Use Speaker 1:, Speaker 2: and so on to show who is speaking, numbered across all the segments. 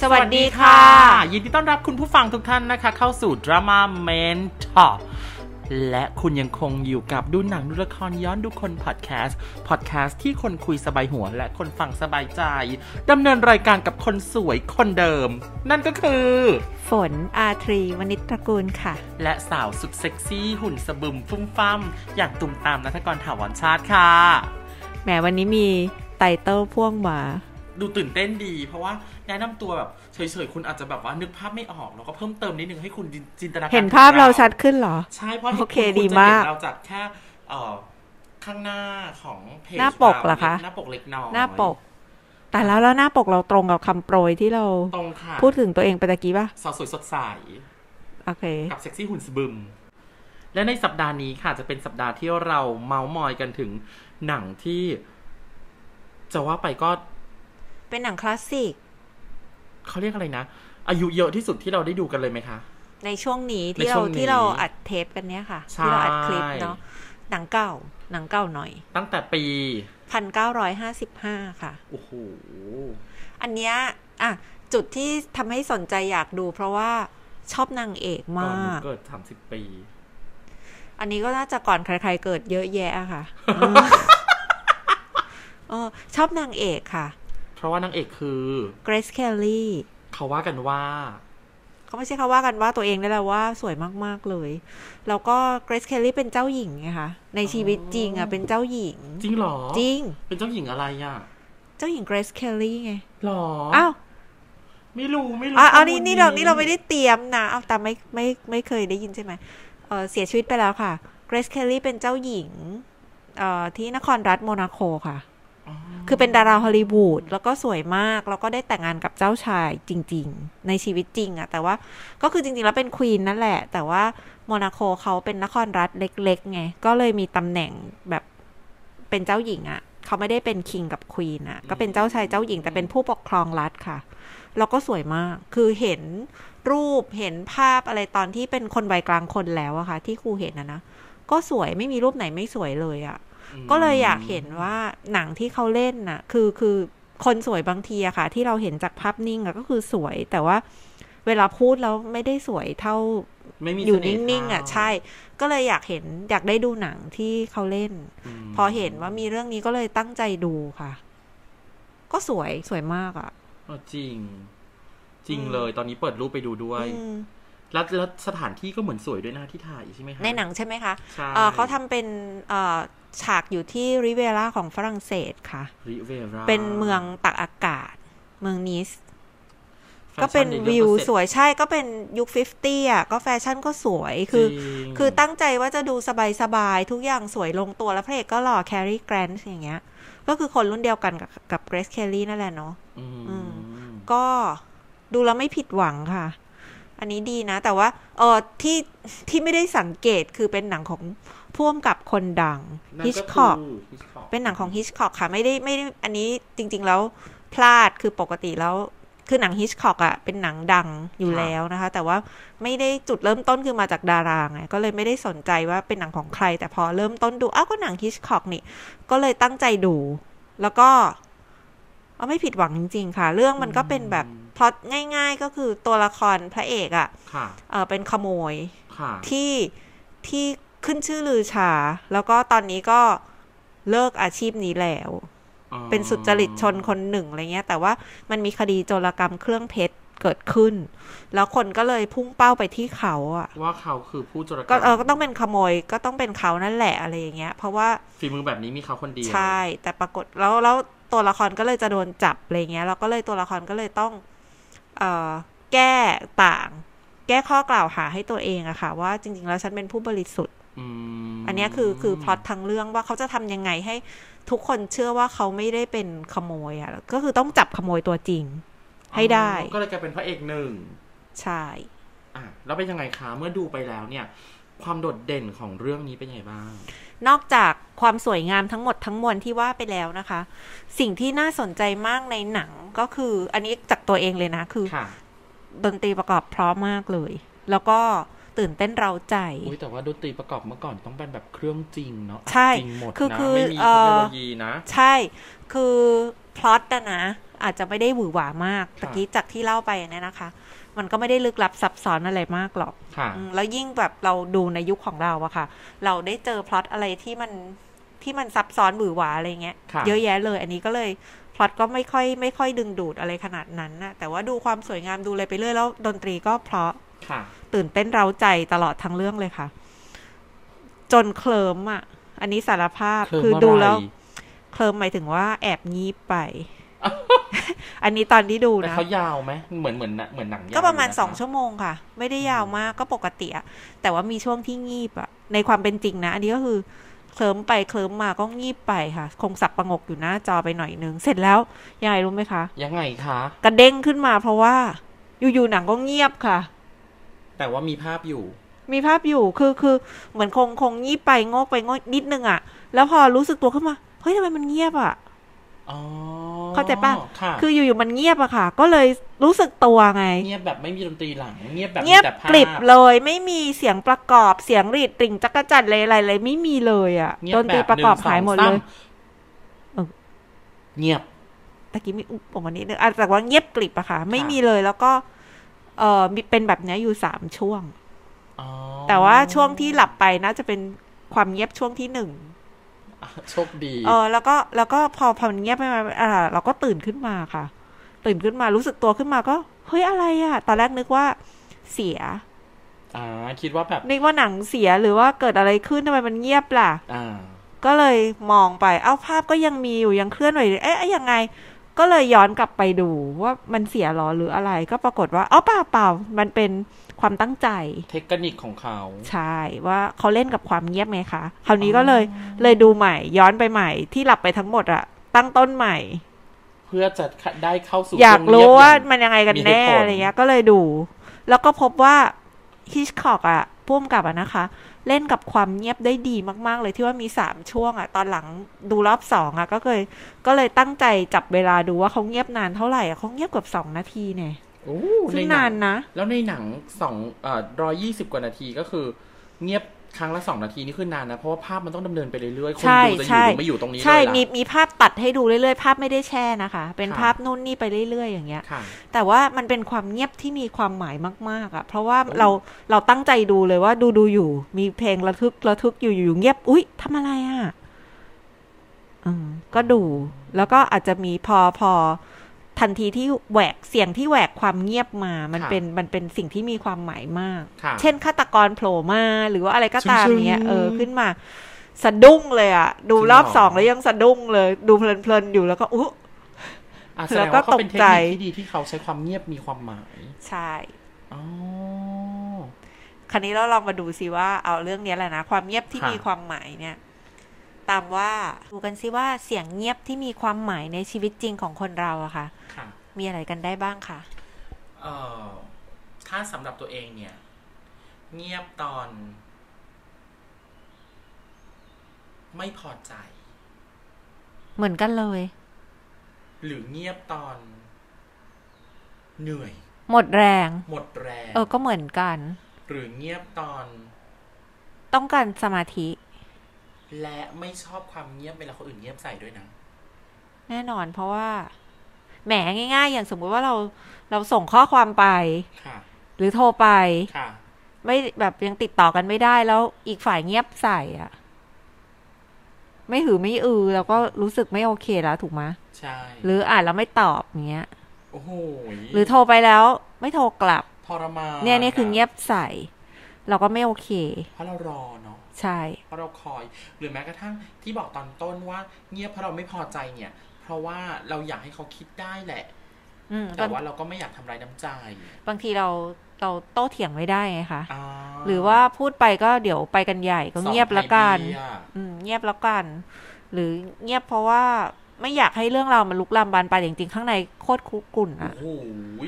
Speaker 1: สวัสดีค่ะ
Speaker 2: ยินดีต้อนรับคุณผู้ฟังทุกท่านนะคะ เข้าสู่ Drama Mentor และคุณยังคงอยู่กับดูหนังดูละครย้อนดูคนพอดแคสต์พอดแคสต์ที่คนคุยสบายหัว และคนฟังสบายใจดำเนินรายการกับคนสวยคนเดิม นั่นก็คือ
Speaker 1: ฝนอาทรีวณิชตระกูลค่ะ
Speaker 2: และสาวสุดเซ็กซี่หุ่นสะบึมฟุ้มฟั่มอย่างตุ่มตามนัทกรถาวรชาติค่ะ
Speaker 1: แหมวันนี้มีไตเติ้ลพ่วงมา
Speaker 2: ดูตื่นเต้นดีเพราะว่าแนะนำตัวแบบเฉยๆคุณอาจจะแบบว่านึกภาพไม่ออกเราก็เพิ่มเติมนิดนึงให้คุณจินจินตนาการ
Speaker 1: เห็นภาพเราชัดขึ้นเหรอ
Speaker 2: ใช่เพราะห็น
Speaker 1: โอเค
Speaker 2: ณ
Speaker 1: ดี
Speaker 2: ณจะ
Speaker 1: มาก
Speaker 2: เห็นเราจากแค่เอ่อข้างหน้าของเพจ
Speaker 1: หน้าปกเหรอคะ
Speaker 2: หน้าปกเล็กน้อย
Speaker 1: หน้าปก แต่แล้วแล้วหน้าปกเราตรงกับคำโปรยที่เรา
Speaker 2: ตรงค่ะ
Speaker 1: พูดถึงตัวเองไปตะกี้ป่ะ
Speaker 2: สาวสวยสดใส
Speaker 1: โอเค
Speaker 2: กับเซ็กซี่หุ่นสะบึม และในสัปดาห์นี้ค่ะ จะเป็นสัปดาห์ที่เราเมาส์มอยกันถึงหนังที่ จะว่าไปก็
Speaker 1: เป็นหนังคลาสสิก
Speaker 2: เขาเรียกอะไรนะ อายุเยอะที่สุดที่เราได้ดูกันเลยไหมคะ
Speaker 1: ในช่วงนี้
Speaker 2: ใน
Speaker 1: ที่
Speaker 2: ช่
Speaker 1: เรา
Speaker 2: วงนี้
Speaker 1: ที่เราอัดเทปกันเนี้ยค่ะ
Speaker 2: ใช่
Speaker 1: ที่เราอัดคลิปเนาะหนังเก่าหนังเก่าหน่อย
Speaker 2: ตั้งแต่ปี
Speaker 1: 1955 ค่ะ
Speaker 2: โอ้โห
Speaker 1: อันเนี้ยอ่ะจุดที่ทำให้สนใจอยากดู เพราะว่าชอบนางเอก
Speaker 2: ก่อน
Speaker 1: มา
Speaker 2: หนู
Speaker 1: ก
Speaker 2: เกิดสามสิบปี
Speaker 1: อันนี้ก็น่าจะก่อนใครๆเกิดเยอะแยะอะค่ะ เออชอบนางเอกค่ะ
Speaker 2: เพราะว่านางเอกคือ
Speaker 1: เกรซเคลลี่
Speaker 2: เขาว่ากันว่า
Speaker 1: เขาไม่ใช่เขาว่ากันว่าตัวเองได้แล้วว่าสวยมากๆเลย แล้วก็เกรซเคลลี่เป็นเจ้าหญิงไงคะ ในชีวิตจริงอะเป็นเจ้าหญิง
Speaker 2: จริงเหรอ
Speaker 1: จริง
Speaker 2: เป็นเจ้าหญิงอะไรอ่ะ
Speaker 1: เจ้าหญิงเกรซเคลลี่ไง
Speaker 2: หรอ
Speaker 1: อ้าว
Speaker 2: ไม่รู้ไม่รู้
Speaker 1: อ๋ออ๋อ
Speaker 2: ข้
Speaker 1: นี่
Speaker 2: มูล
Speaker 1: นี่เรานี่เราไม่ได้เตรียมนะ เอาแต่ไม่ไม่ไม่เคยได้ยินใช่ไหมเออเสียชีวิตไปแล้วค่ะ เกรซเคลลี่เป็นเจ้าหญิงเอ่อที่นครรัฐโมนาโคค่ะ
Speaker 2: อ๋อ
Speaker 1: คือเป็นดาราฮอลลีวูดแล้วก็สวยมาก แล้วก็ได้แต่งงานกับเจ้าชายจริง ๆ ในชีวิตจริงอะแต่ว่าก็คือจริง ๆ แล้วเป็นควีนนั่นแหละ แต่ว่าโมนาโคเขาเป็นนครรัฐเล็ก ๆ ไง ก็เลยมีตำแหน่งแบบเป็นเจ้าหญิงอะเขาไม่ได้เป็นคิงกับควีนอะก็เป็นเจ้าชายเจ้าหญิง แต่เป็นผู้ปกครองรัฐค่ะ แล้วก็สวยมาก คือเห็นรูปเห็นภาพอะไรตอนที่เป็นคนวัยกลางคนแล้วอะค่ะ ที่ครูเห็นอะนะก็สวยไม่มีรูปไหนไม่สวยเลยอะ
Speaker 2: อืม
Speaker 1: ก็เลยอยากเห็นว่าหนังที่เขาเล่นน่ะ คือคือคนสวยบางทีอะค่ะ ที่เราเห็นจากภาพนิ่งอะก็คือสวย แต่ว่าเวลาพูดแล้วไม่ได้สวยเท่า
Speaker 2: ไม่มี
Speaker 1: อยู่
Speaker 2: เส
Speaker 1: นิ่งๆอะใช่ ก็เลยอยากเห็นอยากได้ดูหนังที่เขาเล่น
Speaker 2: ม
Speaker 1: พอเห็นว่ามีเรื่องนี้ก็เลยตั้งใจดูค่ะ ก็สวยสวยมากอะ
Speaker 2: เออจริง จริง
Speaker 1: อืม
Speaker 2: เลย ตอนนี้เปิดรูปไปดูด้วย
Speaker 1: อืม
Speaker 2: แล้วแล้วสถานที่ก็เหมือนสวยด้วยนะที่ถ่ายใช่ไหมคะ
Speaker 1: ในหนังใช่ไหมคะ
Speaker 2: ใช่
Speaker 1: เอ่อเขาทำเป็นเอ่อฉากอยู่ที่ริเวราของฝรั่งเศสค่ะ
Speaker 2: ริเวรา
Speaker 1: เป็นเมืองตักอากาศ เมืองนิส
Speaker 2: แฟ
Speaker 1: ก็
Speaker 2: ชั่
Speaker 1: เป็น
Speaker 2: ยอะ
Speaker 1: วิว
Speaker 2: เปอร์
Speaker 1: ส
Speaker 2: เซ็นต์
Speaker 1: วยใช่ก็เป็นยุค 50 อ่ะ ก็แฟชั่นก็สวยคือ
Speaker 2: จริง
Speaker 1: คือตั้งใจว่าจะดูสบายๆ ทุกอย่างสวยลงตัวแล้วพระเอกก็หล่อแครี g แกรนด์อย่างเงี้ย ก็คือคนรุ่นเดียวกันกับกับเกรซเคลลี่นั่นแหละเนาะ
Speaker 2: อืม
Speaker 1: อื ก็ดูแล้วไม่ผิดหวังค่ะ อันนี้ดีนะ แต่ว่าเออที่ที่ไม่ได้สังเกตคือเป็นหนังของพ่วงกับคนดัง
Speaker 2: นั่น
Speaker 1: ฮิช
Speaker 2: ก็
Speaker 1: คอก
Speaker 2: คือ
Speaker 1: เป็นหนังของฮิชคอกค่ะไม่ได้ไม่ได้อันนี้จริง ๆ แล้วพลาดคือปกติแล้ว คือหนังฮิชคอกอ่ะเป็นหนังดังอยู่
Speaker 2: ค่ะ
Speaker 1: แล้วนะคะ แต่ว่าไม่ได้จุดเริ่มต้นคือมาจากดาราไงก็เลยไม่ได้สนใจว่าเป็นหนังของใคร แต่พอเริ่มต้นดูอ้าวก็หนังฮิชคอกนี่ ก็เลยตั้งใจดู แล้วก็เอาไม่ผิดหวังจริง ๆ ค่ะ เรื่องมันก็เป็นแบบพล็อตง่าย ๆ ก็คือตัวละครพระเอกอ่ะ
Speaker 2: ค่ะ
Speaker 1: เออเป็นขโมย
Speaker 2: ค่ะ
Speaker 1: ที่ที่ขึ้นชื่อลือชา แล้วก็ตอนนี้ก็เลิกอาชีพนี้แล้ว
Speaker 2: อ๋อ
Speaker 1: เป็นสุจริตชนคนหนึ่งอะไรเงี้ย แต่ว่ามันมีคดีโจรกรรมเครื่องเพชรเกิดขึ้น แล้วคนก็เลยพุ่งเป้าไปที่เขาอ่ะ
Speaker 2: ว่าเขาคือผู้จรกร
Speaker 1: ก็
Speaker 2: รม
Speaker 1: เออก็ต้องเป็นขโมยก็ต้องเป็นเขานั่นแหละอะไรอย่างเงี้ย เพราะว่า
Speaker 2: ฝีมือแบบนี้มีเขาคนเดียว
Speaker 1: ใช่แต่ปรากฏแล้วแล้วตัวละครก็เลยจะโดนจับอะไรเงี้ยแล้วก็เลยตัวละครก็เลยต้องเอ่อแก้ต่าง แก้ข้อกล่าวหาให้ตัวเองอะค่ะ ว่าจริง ๆ แล้วฉันเป็นผู้บริสุทธิ
Speaker 2: อืม
Speaker 1: อันเนี้ยคือคือพล็อตทางเรื่องว่าเขาจะทำยังไงให้ทุกคนเชื่อว่าเขาไม่ได้เป็นขโมยอ่ะ ก็คือต้องจับขโมยตัวจริง ให้ได้
Speaker 2: อ๋อก็เลยกลายเป็นพระเอกหนึ่ง
Speaker 1: ใช่
Speaker 2: อ่ะแล้วเป็นยังไงคะ เมื่อดูไปแล้วเนี่ย ความโดดเด่นของเรื่องนี้เป็นยังไงบ้าง
Speaker 1: นอกจากความสวยงามทั้งหมดทั้งมวลที่ว่าไปแล้วนะคะ สิ่งที่น่าสนใจมากในหนังก็คืออันนี้จากตัวเองเลยนะ คือ
Speaker 2: ค่ะ
Speaker 1: ดนตรีประกอบเพราะมากเลย แล้วก็ตื่นเต้นเราใจ
Speaker 2: อุ้ยแต่ว่าดนตรีประกอบเมื่อก่อนต้องเป็นแบบเครื่องจริงเนาะ
Speaker 1: ใช่
Speaker 2: จริงหมด
Speaker 1: คือ
Speaker 2: นะ
Speaker 1: คือ
Speaker 2: ไม่มี
Speaker 1: เอ่
Speaker 2: เทค
Speaker 1: อ
Speaker 2: โนโลยีนะ
Speaker 1: ใช่ คือพล็อตนะนะ อาจจะไม่ได้หวือหวามากตะกี้จากที่เล่าไปเนี่ยนะคะ มันก็ไม่ได้ลึกลับซับซ้อนอะไรมากหรอก
Speaker 2: ค่ะ
Speaker 1: อืมแล้วยิ่งแบบเราดูในยุคของเราอะค่ะ เราได้เจอพล็อตอะไรที่มันที่มันซับซ้อนหวือหวาอะไรเงี้ย
Speaker 2: ค่ะ
Speaker 1: เยอะแยะเลย อันนี้ก็เลยพล็อตก็ไม่ค่อยไม่ค่อยดึงดูดอะไรขนาดนั้นนะแต่ว่าดูความสวยงามดูอะไรไปเรื่อยแล้วดนตรีก็เพราะ
Speaker 2: ค่ะ
Speaker 1: ตื่นเต้นเร้าใจตลอดทั้งเรื่องเลยค่ะ จนเคลิมอะอันนี้สารภาพ
Speaker 2: เคลิม
Speaker 1: คือ
Speaker 2: เมื่อ
Speaker 1: ดู
Speaker 2: ไหร่
Speaker 1: แล้วเคลิมหมายถึงว่าแอบงีบ ไป อันนี้ตอนที่ดู
Speaker 2: แต่
Speaker 1: นะ
Speaker 2: เขายาวไหมเหมือนเหมือนเหมือนหนังยาว
Speaker 1: ก็ประมาณ
Speaker 2: ยู่นค
Speaker 1: สองชั่วโมงค่ะ ไม่ได้ยาวมากก็ปกติอะแต่ว่ามีช่วงที่งีบอะในความเป็นจริงนะ อันนี้ก็คือเคลิ้มไปเคลิ้มมาก็งีบไปค่ะ คงสับประงกอยู่หน้าจอไปหน่อยนึง เสร็จแล้วยังไงรู้ไหมคะ
Speaker 2: ยังไงคะ
Speaker 1: กระเด้งขึ้นมาเพราะว่า อยู่ๆหนังก็เงียบค่ะ
Speaker 2: แต่ว่ามีภาพอยู่
Speaker 1: มีภาพอยู่คือคือเหมือนคงคงงีบไปโงกไปโงกนิดนึงอะแล้วพอรู้สึกตัวขึ้นมาเฮ้ยทำไมมันเงียบอะ
Speaker 2: อ๋อ
Speaker 1: เข้าใจปะ
Speaker 2: ค่ะ
Speaker 1: คืออยู่ๆมันเงียบอะค่ะ ก็เลยรู้สึกตัวไง
Speaker 2: เงียบแบบไม่มีดนตรีหลัง เงียบแบบ
Speaker 1: เงียบ
Speaker 2: มีแต่ภาพ
Speaker 1: กริบเลยไม่มีเสียงประกอบเสียงรีดติ่งจักรจันเลยอะไรเลยไม่มีเลยอะ่ะ
Speaker 2: เงีย
Speaker 1: ด
Speaker 2: บ
Speaker 1: น
Speaker 2: แ
Speaker 1: ตรีประกอบหายหมดเลย
Speaker 2: นึ่งสองสาม
Speaker 1: เออ
Speaker 2: เงียบ
Speaker 1: ตะกี้มีอุปผมอันนี้นึงอ่ะแต่ว่าเงียบกริบอะค่ะ ไม่
Speaker 2: ค่ะ
Speaker 1: มีเลยแล้วก็ เออมีเป็นแบบเนี้ยอยู่สามช่วง
Speaker 2: อ๋อ
Speaker 1: แต่ว่าช่วงที่หลับไปน่าจะเป็นความเงียบช่วงที่หนึ่ง
Speaker 2: โชคดี
Speaker 1: เออแล้วก็แล้วก็พอพอมันเงียบไปมาอ่าเราก็ตื่นขึ้นมาค่ะ ตื่นขึ้นมารู้สึกตัวขึ้นมาก็เฮ้ยอะไรอะ่ะ ตอนแรกนึกว่าเสีย
Speaker 2: อ่าคิดว่าแบบ
Speaker 1: นึกว่าหนังเสียหรือว่าเกิดอะไรขึ้นทำไมมันเงียบล่ะ
Speaker 2: อ่า
Speaker 1: ก็เลยมองไป เอ้าภาพก็ยังมีอยู่ยังเคลื่อนไหวอยู่เอ๊ะเอ๊ะยังไง ก็เลยย้อนกลับไปดูว่ามันเสียหรอหรืออะไร ก็ปรากฏว่าอ๋อเปล่าเปล่ามันเป็นความตั้งใจ
Speaker 2: เทคนิคของเขา
Speaker 1: ใช่ว่าเขาเล่นกับความเงียบไงคะคราวนี้ก็เลยเลยดูใหม่ ย้อนไปใหม่ที่หลับไปทั้งหมดอะตั้งต้นใหม่
Speaker 2: เพื่อจะได้เข้าสู่
Speaker 1: อยาก
Speaker 2: ช่งเงี
Speaker 1: รู้
Speaker 2: บ
Speaker 1: ว่า
Speaker 2: อย่ง
Speaker 1: มันยังไงกันแน่
Speaker 2: มีเหตุผล
Speaker 1: อะไรเงี้ยก็เลยดู แล้วก็พบว่าฮิชคอกอะพ่วงกับอะนะคะ เล่นกับความเงียบได้ดีมากๆ เลยที่ว่ามีสามช่วงอะตอนหลังดูรอบสองอะก็เคยก็เลยตั้งใจจับเวลาดูว่าเขาเงียบนานเท่าไหร่อะเขาเงียบเกือบสองนาทีเนี่ย
Speaker 2: โอ้
Speaker 1: ซึ่ง
Speaker 2: ให
Speaker 1: นาง นนะ
Speaker 2: แล้วในหนังสองเอ่อร้อยยี่สิบกว่านาทีก็คือ เงียบครั้งละสองนาทีนี่คือนานนะ เพราะว่าภาพมันต้องดำเนินไปเรื่อยๆ คน
Speaker 1: ใช่
Speaker 2: ดูจะอ
Speaker 1: ใช่
Speaker 2: ยู่หรือไม่อยู่ตรงนี้เลย
Speaker 1: ใช่
Speaker 2: ล่ะ
Speaker 1: มีมีภาพตัดให้ดูเรื่อยๆ ภาพไม่ได้แช่นะคะ เป็น
Speaker 2: ค่ะ
Speaker 1: ภาพนู่นนี่ไปเรื่อยๆอย่างเงี้ย
Speaker 2: ค่ะ
Speaker 1: แต่ว่ามันเป็นความเงียบที่มีความหมายมาก ๆอะ่ะ เพราะว่าเราเราตั้งใจดูเลยว่าดูดูอยู่ มีเพลงระทึกระทึกอยู่อยู่เงียบ อุ๊ยทำอะไรอะ่ะอืมก็ดู แล้วก็อาจจะมีพอพอ ทันทีที่แหวกเสียงที่แหวกความเงียบมา มัน
Speaker 2: ค่ะ
Speaker 1: เป็นมันเป็นสิ่งที่มีความหมายมาก
Speaker 2: ค่ะ
Speaker 1: เช่นฆาตกรโผล่มาหรือว่าอะไรก็ตาม
Speaker 2: ซึ้งๆ
Speaker 1: เนี้ยเออขึ้นมา สะดุ้งเลยอะ่ะ ดู
Speaker 2: จริงเหรอ
Speaker 1: รอบสองแล้วยังสะดุ้งเลย ดูเพลินๆอยู่แล้วก็อุ๊
Speaker 2: อ่ะแสด
Speaker 1: แล้
Speaker 2: ง
Speaker 1: วก็
Speaker 2: ว่าเขาเป็นเทค
Speaker 1: ตกใจ
Speaker 2: นิคที่ดีที่เขาใช้ความเงียบมีความหมาย
Speaker 1: ใช่
Speaker 2: อ๋อ
Speaker 1: คราวนี้เราลองมาดูสิว่าเอาเรื่องเนี้ยแหละนะ ความเงียบที่
Speaker 2: ค่ะ
Speaker 1: มีความหมายเนี่ย ตามว่าดูกันสิว่าเสียงเงียบที่มีความหมายในชีวิตจริงของคนเราอะค่ะ
Speaker 2: ค่ะ
Speaker 1: มีอะไรกันได้บ้างคะ
Speaker 2: เอ่อถ้าสำหรับตัวเองเนี่ย เงียบตอน ไม่พอใจ
Speaker 1: เหมือนกันเลย
Speaker 2: หรือเงียบตอน เหนื่อย
Speaker 1: หมดแรง
Speaker 2: หมดแรง
Speaker 1: เออก็เหมือนกัน
Speaker 2: หรือเงียบตอน
Speaker 1: ต้องการสมาธิ
Speaker 2: และไม่ชอบความเงียบเวลาคนอื่นเงียบใส่ด้วยนะ
Speaker 1: แน่นอน เพราะว่าแหมง่าย ๆ อย่างสมมุติว่าเราเราส่งข้อความไป
Speaker 2: ค่ะ
Speaker 1: หรือโทรไป
Speaker 2: ค่ะ
Speaker 1: ไม่แบบยังติดต่อกันไม่ได้แล้วอีกฝ่ายเงียบใส่อะไม่หือไม่อือเราก็รู้สึกไม่โอเคแล้วถูกไหมย
Speaker 2: ใช่
Speaker 1: หรืออ่านแล้วไม่ตอบอย่างเงี้ย
Speaker 2: โอ้โห
Speaker 1: หรือโทรไปแล้วไม่โทรกลับ
Speaker 2: ทรมาน
Speaker 1: เนี่ยเนี่ยคือเงียบใส่ เราก็ไม่โอเค
Speaker 2: เพราะเรารอเนาะ
Speaker 1: ใช่
Speaker 2: เพราะเราคอย หรือแม้กระทั่งที่บอกตอนต้นว่าเงียบเพราะเราไม่พอใจเนี่ย เพราะว่าเราอยากให้เขาคิดได้แหละ
Speaker 1: อืม
Speaker 2: แต่ว่าเราก็ไม่อยากทำร้ายน้ำใจ
Speaker 1: บางทีเราเราโต้เถียงไม่ได้ไงคะ
Speaker 2: อ่า
Speaker 1: หรือว่าพูดไปก็เดี๋ยวไปกันใหญ่ก็เงียบละกัน
Speaker 2: สองไอเดีย
Speaker 1: อืมเงียบแล้วกัน หรือเงียบเพราะว่าไม่อยากให้เรื่องเราวมันลุกลามบานปลายแต่จริงๆข้างในโคตรคุกรุ่น
Speaker 2: โอ้
Speaker 1: อะ
Speaker 2: โห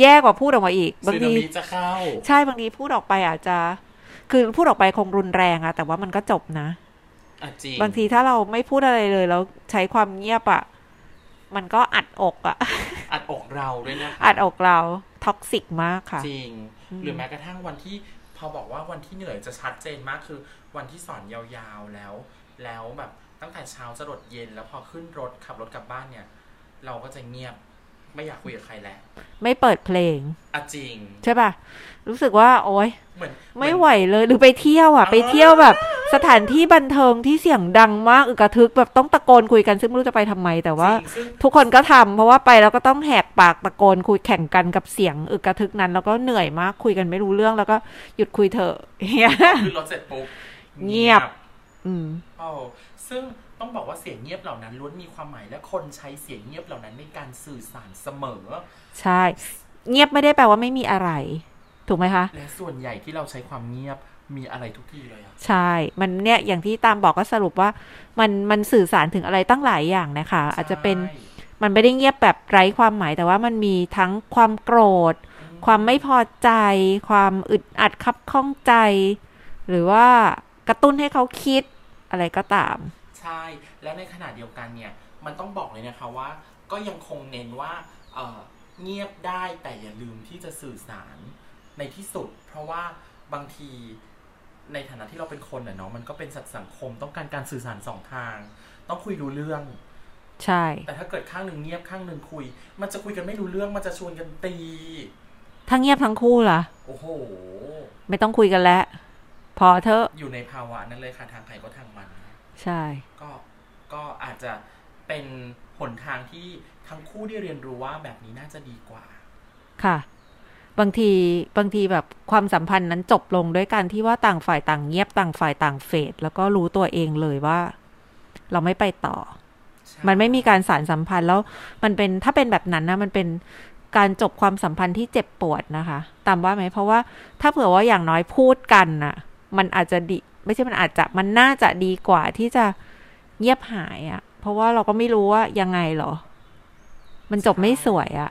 Speaker 1: แย่กว่าพูดออกมาอีก บา
Speaker 2: ซึ
Speaker 1: ง
Speaker 2: นา
Speaker 1: ที
Speaker 2: มิจะเข้า
Speaker 1: ใช่บางทีพูดออกไปอาจจะ คือพูดออกไปคงรุนแรงอะแต่ว่ามันก็จบนะ
Speaker 2: อ่ะจริง
Speaker 1: บางทีถ้าเราไม่พูดอะไรเลยแล้วใช้ความเงียบอะ่ะ มันก็อัดอกอะ่ะ
Speaker 2: อัดอกเราด้วยนะคะ
Speaker 1: อัดอกเราท็อกซิกมากค่ะ
Speaker 2: จริง
Speaker 1: อืม
Speaker 2: หรือแม้กระทั่งวันที่พอบอกว่าวันที่เหนื่อยจะชัดเจนมากคือวันที่สอนยาวๆแล้ว แล้วแบบตั้งแต่เช้าจะหลดเย็นแล้วพอขึ้นรถขับรถกลับบ้านเนี่ย เราก็จะเงียบ ไม่อยากคุยกับใครแล้ว
Speaker 1: ไม่เปิดเพลง
Speaker 2: อะจริง
Speaker 1: ใช่ป่ะ รู้สึกว่า โอ๊ย
Speaker 2: เหมือน
Speaker 1: ไม่
Speaker 2: เอน
Speaker 1: ไหวเลยหรือไปเที่ยวอ่ะ
Speaker 2: อ๋อ
Speaker 1: ไปเที่ยวแบบ สถานที่บันเทิงที่เสียงดังมากอึกกระทึกแบบต้องตะโกนคุยกันซึ่งไม่รู้จะไปทำไมแต่ว่า
Speaker 2: จริงซึ่ง
Speaker 1: ทุกคนก็ทำเพราะว่าไปแล้วก็ต้องแหกปากตะโกนคุยแข่งกันกับเสียงอึกกระทึกนั้น แล้วก็เหนื่อยมากคุยกันไม่รู้เรื่องแล้วก็หยุดคุยเถอะ เงี้ย
Speaker 2: ขึ้นรถเสร็จปุ๊บ
Speaker 1: เงียบ อืม
Speaker 2: โอ้ซึ่งต้องบอกว่าเสียงเงียบเหล่านั้นล้วนมีความหมายและคนใช้เสียงเงียบเหล่านั้นในการสื่อสารเสมอ
Speaker 1: ใช่ เงียบไม่ได้แปลว่าไม่มีอะไร ถูกไหมคะ
Speaker 2: และส่วนใหญ่ที่เราใช้ความเงียบมีอะไรทุกทีเลยอะ
Speaker 1: ใช่ มันเนี่ยอย่างที่ตามบอกก็สรุปว่า มันมันสื่อสารถึงอะไรตั้งหลายอย่างนะคะ อาจจะเป็น
Speaker 2: ใช่
Speaker 1: มันไม่ได้เงียบแบบไร้ความหมายแต่ว่ามันมีทั้งความโกรธ ความไม่พอใจ ความอึดอัดคับข้องใจ หรือว่ากระตุ้นให้เขาคิดอะไรก็ตาม
Speaker 2: ใช่ แล้วในขณะเดียวกันเนี่ย มันต้องบอกเลยนะคะว่า ก็ยังคงเน้นว่าเอ่อเงียบได้แต่อย่าลืมที่จะสื่อสารในที่สุด เพราะว่าบางทีในฐานะที่เราเป็นคนน่ะเนาะมันก็เป็นสัตว์สังคมต้องการการสื่อสารสองทาง ต้องคุยรู้เรื่อง
Speaker 1: ใช่
Speaker 2: แต่ถ้าเกิดข้างหนึ่งเงียบข้างหนึ่งคุย มันจะคุยกันไม่รู้เรื่องมันจะชวนกันตี
Speaker 1: ถ้าเงียบทั้งคู่ล่ะ
Speaker 2: โอ้โห
Speaker 1: ไม่ต้องคุยกันแล้ว พอเถอะ
Speaker 2: อยู่ในภาวะนั้นเลยค่ะทางใครก็ทางมัน
Speaker 1: ใช่
Speaker 2: ก็ก็อาจจะเป็นหนทางที่ทั้งคู่ได้เรียนรู้ว่าแบบนี้น่าจะดีกว่า
Speaker 1: ค่ะ บางทีบางทีแบบความสัมพันธ์นั้นจบลงด้วยการที่ว่าต่างฝ่ายต่างเงียบต่างฝ่ายต่างเฟดแล้วก็รู้ตัวเองเลยว่า เราไม่ไปต่อ มั
Speaker 2: มัน
Speaker 1: ไม่มีการสารสัมพันธ์แล้วมันเป็นถ้าเป็นแบบนั้นนะมันเป็นการจบความสัมพันธ์ที่เจ็บปวดนะคะ ตามว่าไหมเพราะว่าถ้าเผื่อว่าอย่างน้อยพูดกันน่ะ มันอาจจะดีไม่ใช่มันอาจจะมันน่าจะดีกว่าที่จะเงียบหายอะ่ะ เพราะว่าเราก็ไม่รู้ว่ายังไงเหรอ มันจบไม่สวยอะ่ะ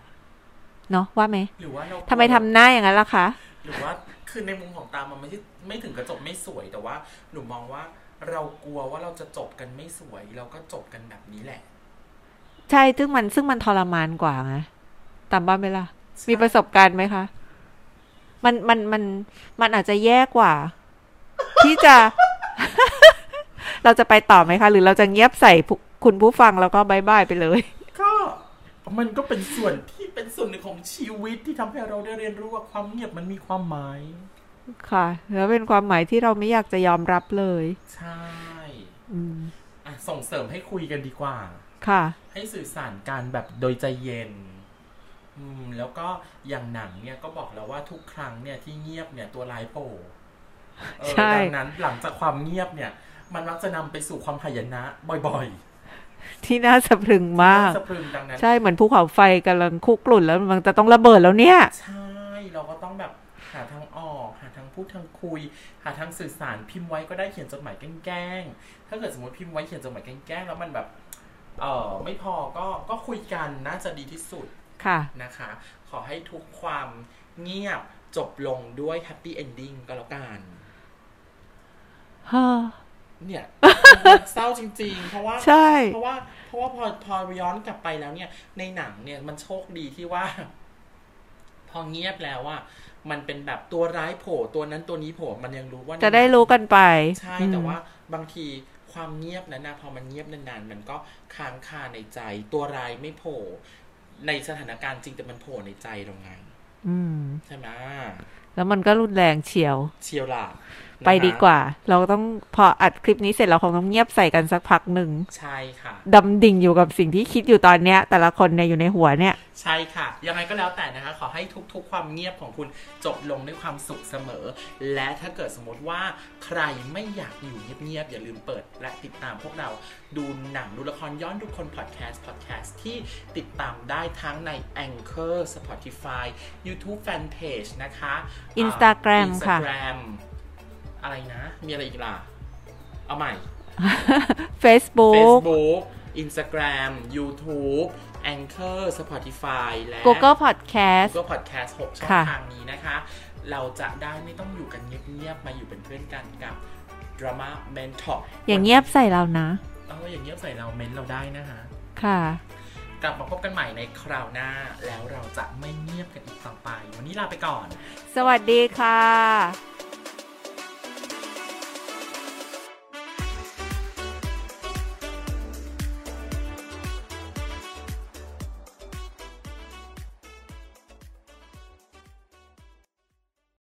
Speaker 1: เนาะว่าไหม
Speaker 2: หรือว่าเรา
Speaker 1: ทำไมทำหน้าอย่างนั้นล่ะคะ
Speaker 2: หรือว่าคือในมุมของตามันไม่ใช่ไม่ถึงกระจบไม่สวยแต่ว่า หนูมองว่าเรากลัวว่าเราจะจบกันไม่สวย เราก็จบกันแบบนี้แหละ
Speaker 1: ใช่ซึ่งมันซึ่งมันทรมานกว่าไงตามบ้านไหมล่ะ มีประสบการณ์ไหมคะ มัน มัน มัน มันอาจจะแย่กว่า ที่จะ เราจะไปต่อไหมคะ หรือเราจะเงียบใส่ผู้คุณผู้ฟังแล้วก็บายบายไปเลย
Speaker 2: ก็มันก็เป็นส่วนที่เป็นส่วนหนึ่งของชีวิตที่ทำให้เราได้เรียนรู้ว่าความเงียบมันมีความหมาย
Speaker 1: ค่ะ แล้วเป็นความหมายที่เราไม่อยากจะยอมรับเลย
Speaker 2: ใช่
Speaker 1: อืม
Speaker 2: อ่ะส่งเสริมให้คุยกันดีกว่า
Speaker 1: ค่ะ
Speaker 2: ให้สื่อสารการแบบโดยใจเย็น อืม แล้วก็อย่างหนังเนี่ยก็บอกแล้วว่าทุกครั้งเนี่ยที่เงียบเนี่ยตัวร้ายโผล่เออ
Speaker 1: ใช่
Speaker 2: ดังนั้นหลังจากความเงียบเนี่ย มันมักจะนำไปสู่ความหายนะ บ่อย
Speaker 1: ที่น่าสะพรึง
Speaker 2: ๆ
Speaker 1: มาก
Speaker 2: สะพรึงดังนั้น
Speaker 1: ใช่ เหมือนภูเขาไฟกำลังคุกรุ่นแล้วมันจะต้องระเบิดแล้วเนี่ย
Speaker 2: ใช่เราก็ต้องแบบหาทางออก หาทางพูดทางคุย หาทางสื่อสารพิมพ์ไว้ก็ได้เขียนจดหมายแกล้งๆถ้าเกิดสมมติพิมพ์ไว้เขียนจดหมายแกล้งๆแล้วมันแบบ เออไม่พอก็ก็คุยกันน่าจะดีที่สุด
Speaker 1: ค่ะ
Speaker 2: นะคะ ขอให้ทุกความเงียบจบลงด้วยแฮปปี้เอนดิ้งก็แล้วกัน
Speaker 1: เฮ้อ
Speaker 2: เนี่ย เศร้าจริงๆ เพราะว่า
Speaker 1: ใช่
Speaker 2: เพราะว่า เพราะว่าพอพอย้อนกลับไปแล้วเนี่ย ในหนังเนี่ยมันโชคดีที่ว่า พอเงียบแล้วว่า มันเป็นแบบตัวร้ายโผล่ตัวนั้นตัวนี้โผล่มันยังรู้ว่า
Speaker 1: จะได้รู้กันไป
Speaker 2: ใช่
Speaker 1: อืม
Speaker 2: แต่ว่าบางทีความเงียบนั้นนะพอมันเงียบนานๆ มันก็ค้างคาในใจ ตัวร้ายไม่โผล่ในสถานการณ์จริงแต่มันโผล่ในใจเราไง
Speaker 1: อืม
Speaker 2: ใช่ไหม
Speaker 1: แล้วมันก็รุนแรงเฉียว
Speaker 2: เชียวล่ะ
Speaker 1: ไปดีกว่า เราต้องพออัดคลิปนี้เสร็จเราคงต้องเงียบใส่กันสักพักหนึ่ง
Speaker 2: ใช่ค่ะ
Speaker 1: ดำดิ่งอยู่กับสิ่งที่คิดอยู่ตอนเนี้ย แต่ละคนเนี่ยอยู่ในหัวเนี่ย
Speaker 2: ใช่ค่ะ ยังไงก็แล้วแต่นะคะ ขอให้ทุกๆ ความเงียบของคุณจบลงด้วยความสุขเสมอ และถ้าเกิดสมมติว่าใครไม่อยากอยู่เงียบๆ อย่าลืมเปิดและติดตามพวกเราดูหนังดูละครย้อนดูคนพอดแคสต์พอดแคสต์ที่ติดตามได้ทั้งใน Anchor Spotify YouTube Fanpage นะคะอ่า
Speaker 1: Instagram ค่ะ
Speaker 2: Instagram อะไรนะ มีอะไรอีกล่ะ เอาใหม่
Speaker 1: Facebook
Speaker 2: Facebook Instagram YouTube Anchor Spotify และ
Speaker 1: Google Podcast
Speaker 2: Google Podcast 6ช่อง
Speaker 1: ค่ะ
Speaker 2: ทางนี้นะคะ เราจะได้ไม่ต้องอยู่กันเงียบๆ มาอยู่เป็นเพื่อนกันกับ Drama Mentor
Speaker 1: อย่างเงียบใส่เรานะ
Speaker 2: เอออย่างเงียบใส่เราเมนเราได้นะคะ
Speaker 1: ค่ะ
Speaker 2: กลับมาพบกันใหม่ในคราวหน้า แล้วเราจะไม่เงียบกันอีกต่อไป วันนี้ลาไปก่อน
Speaker 1: สวัสดีค่ะ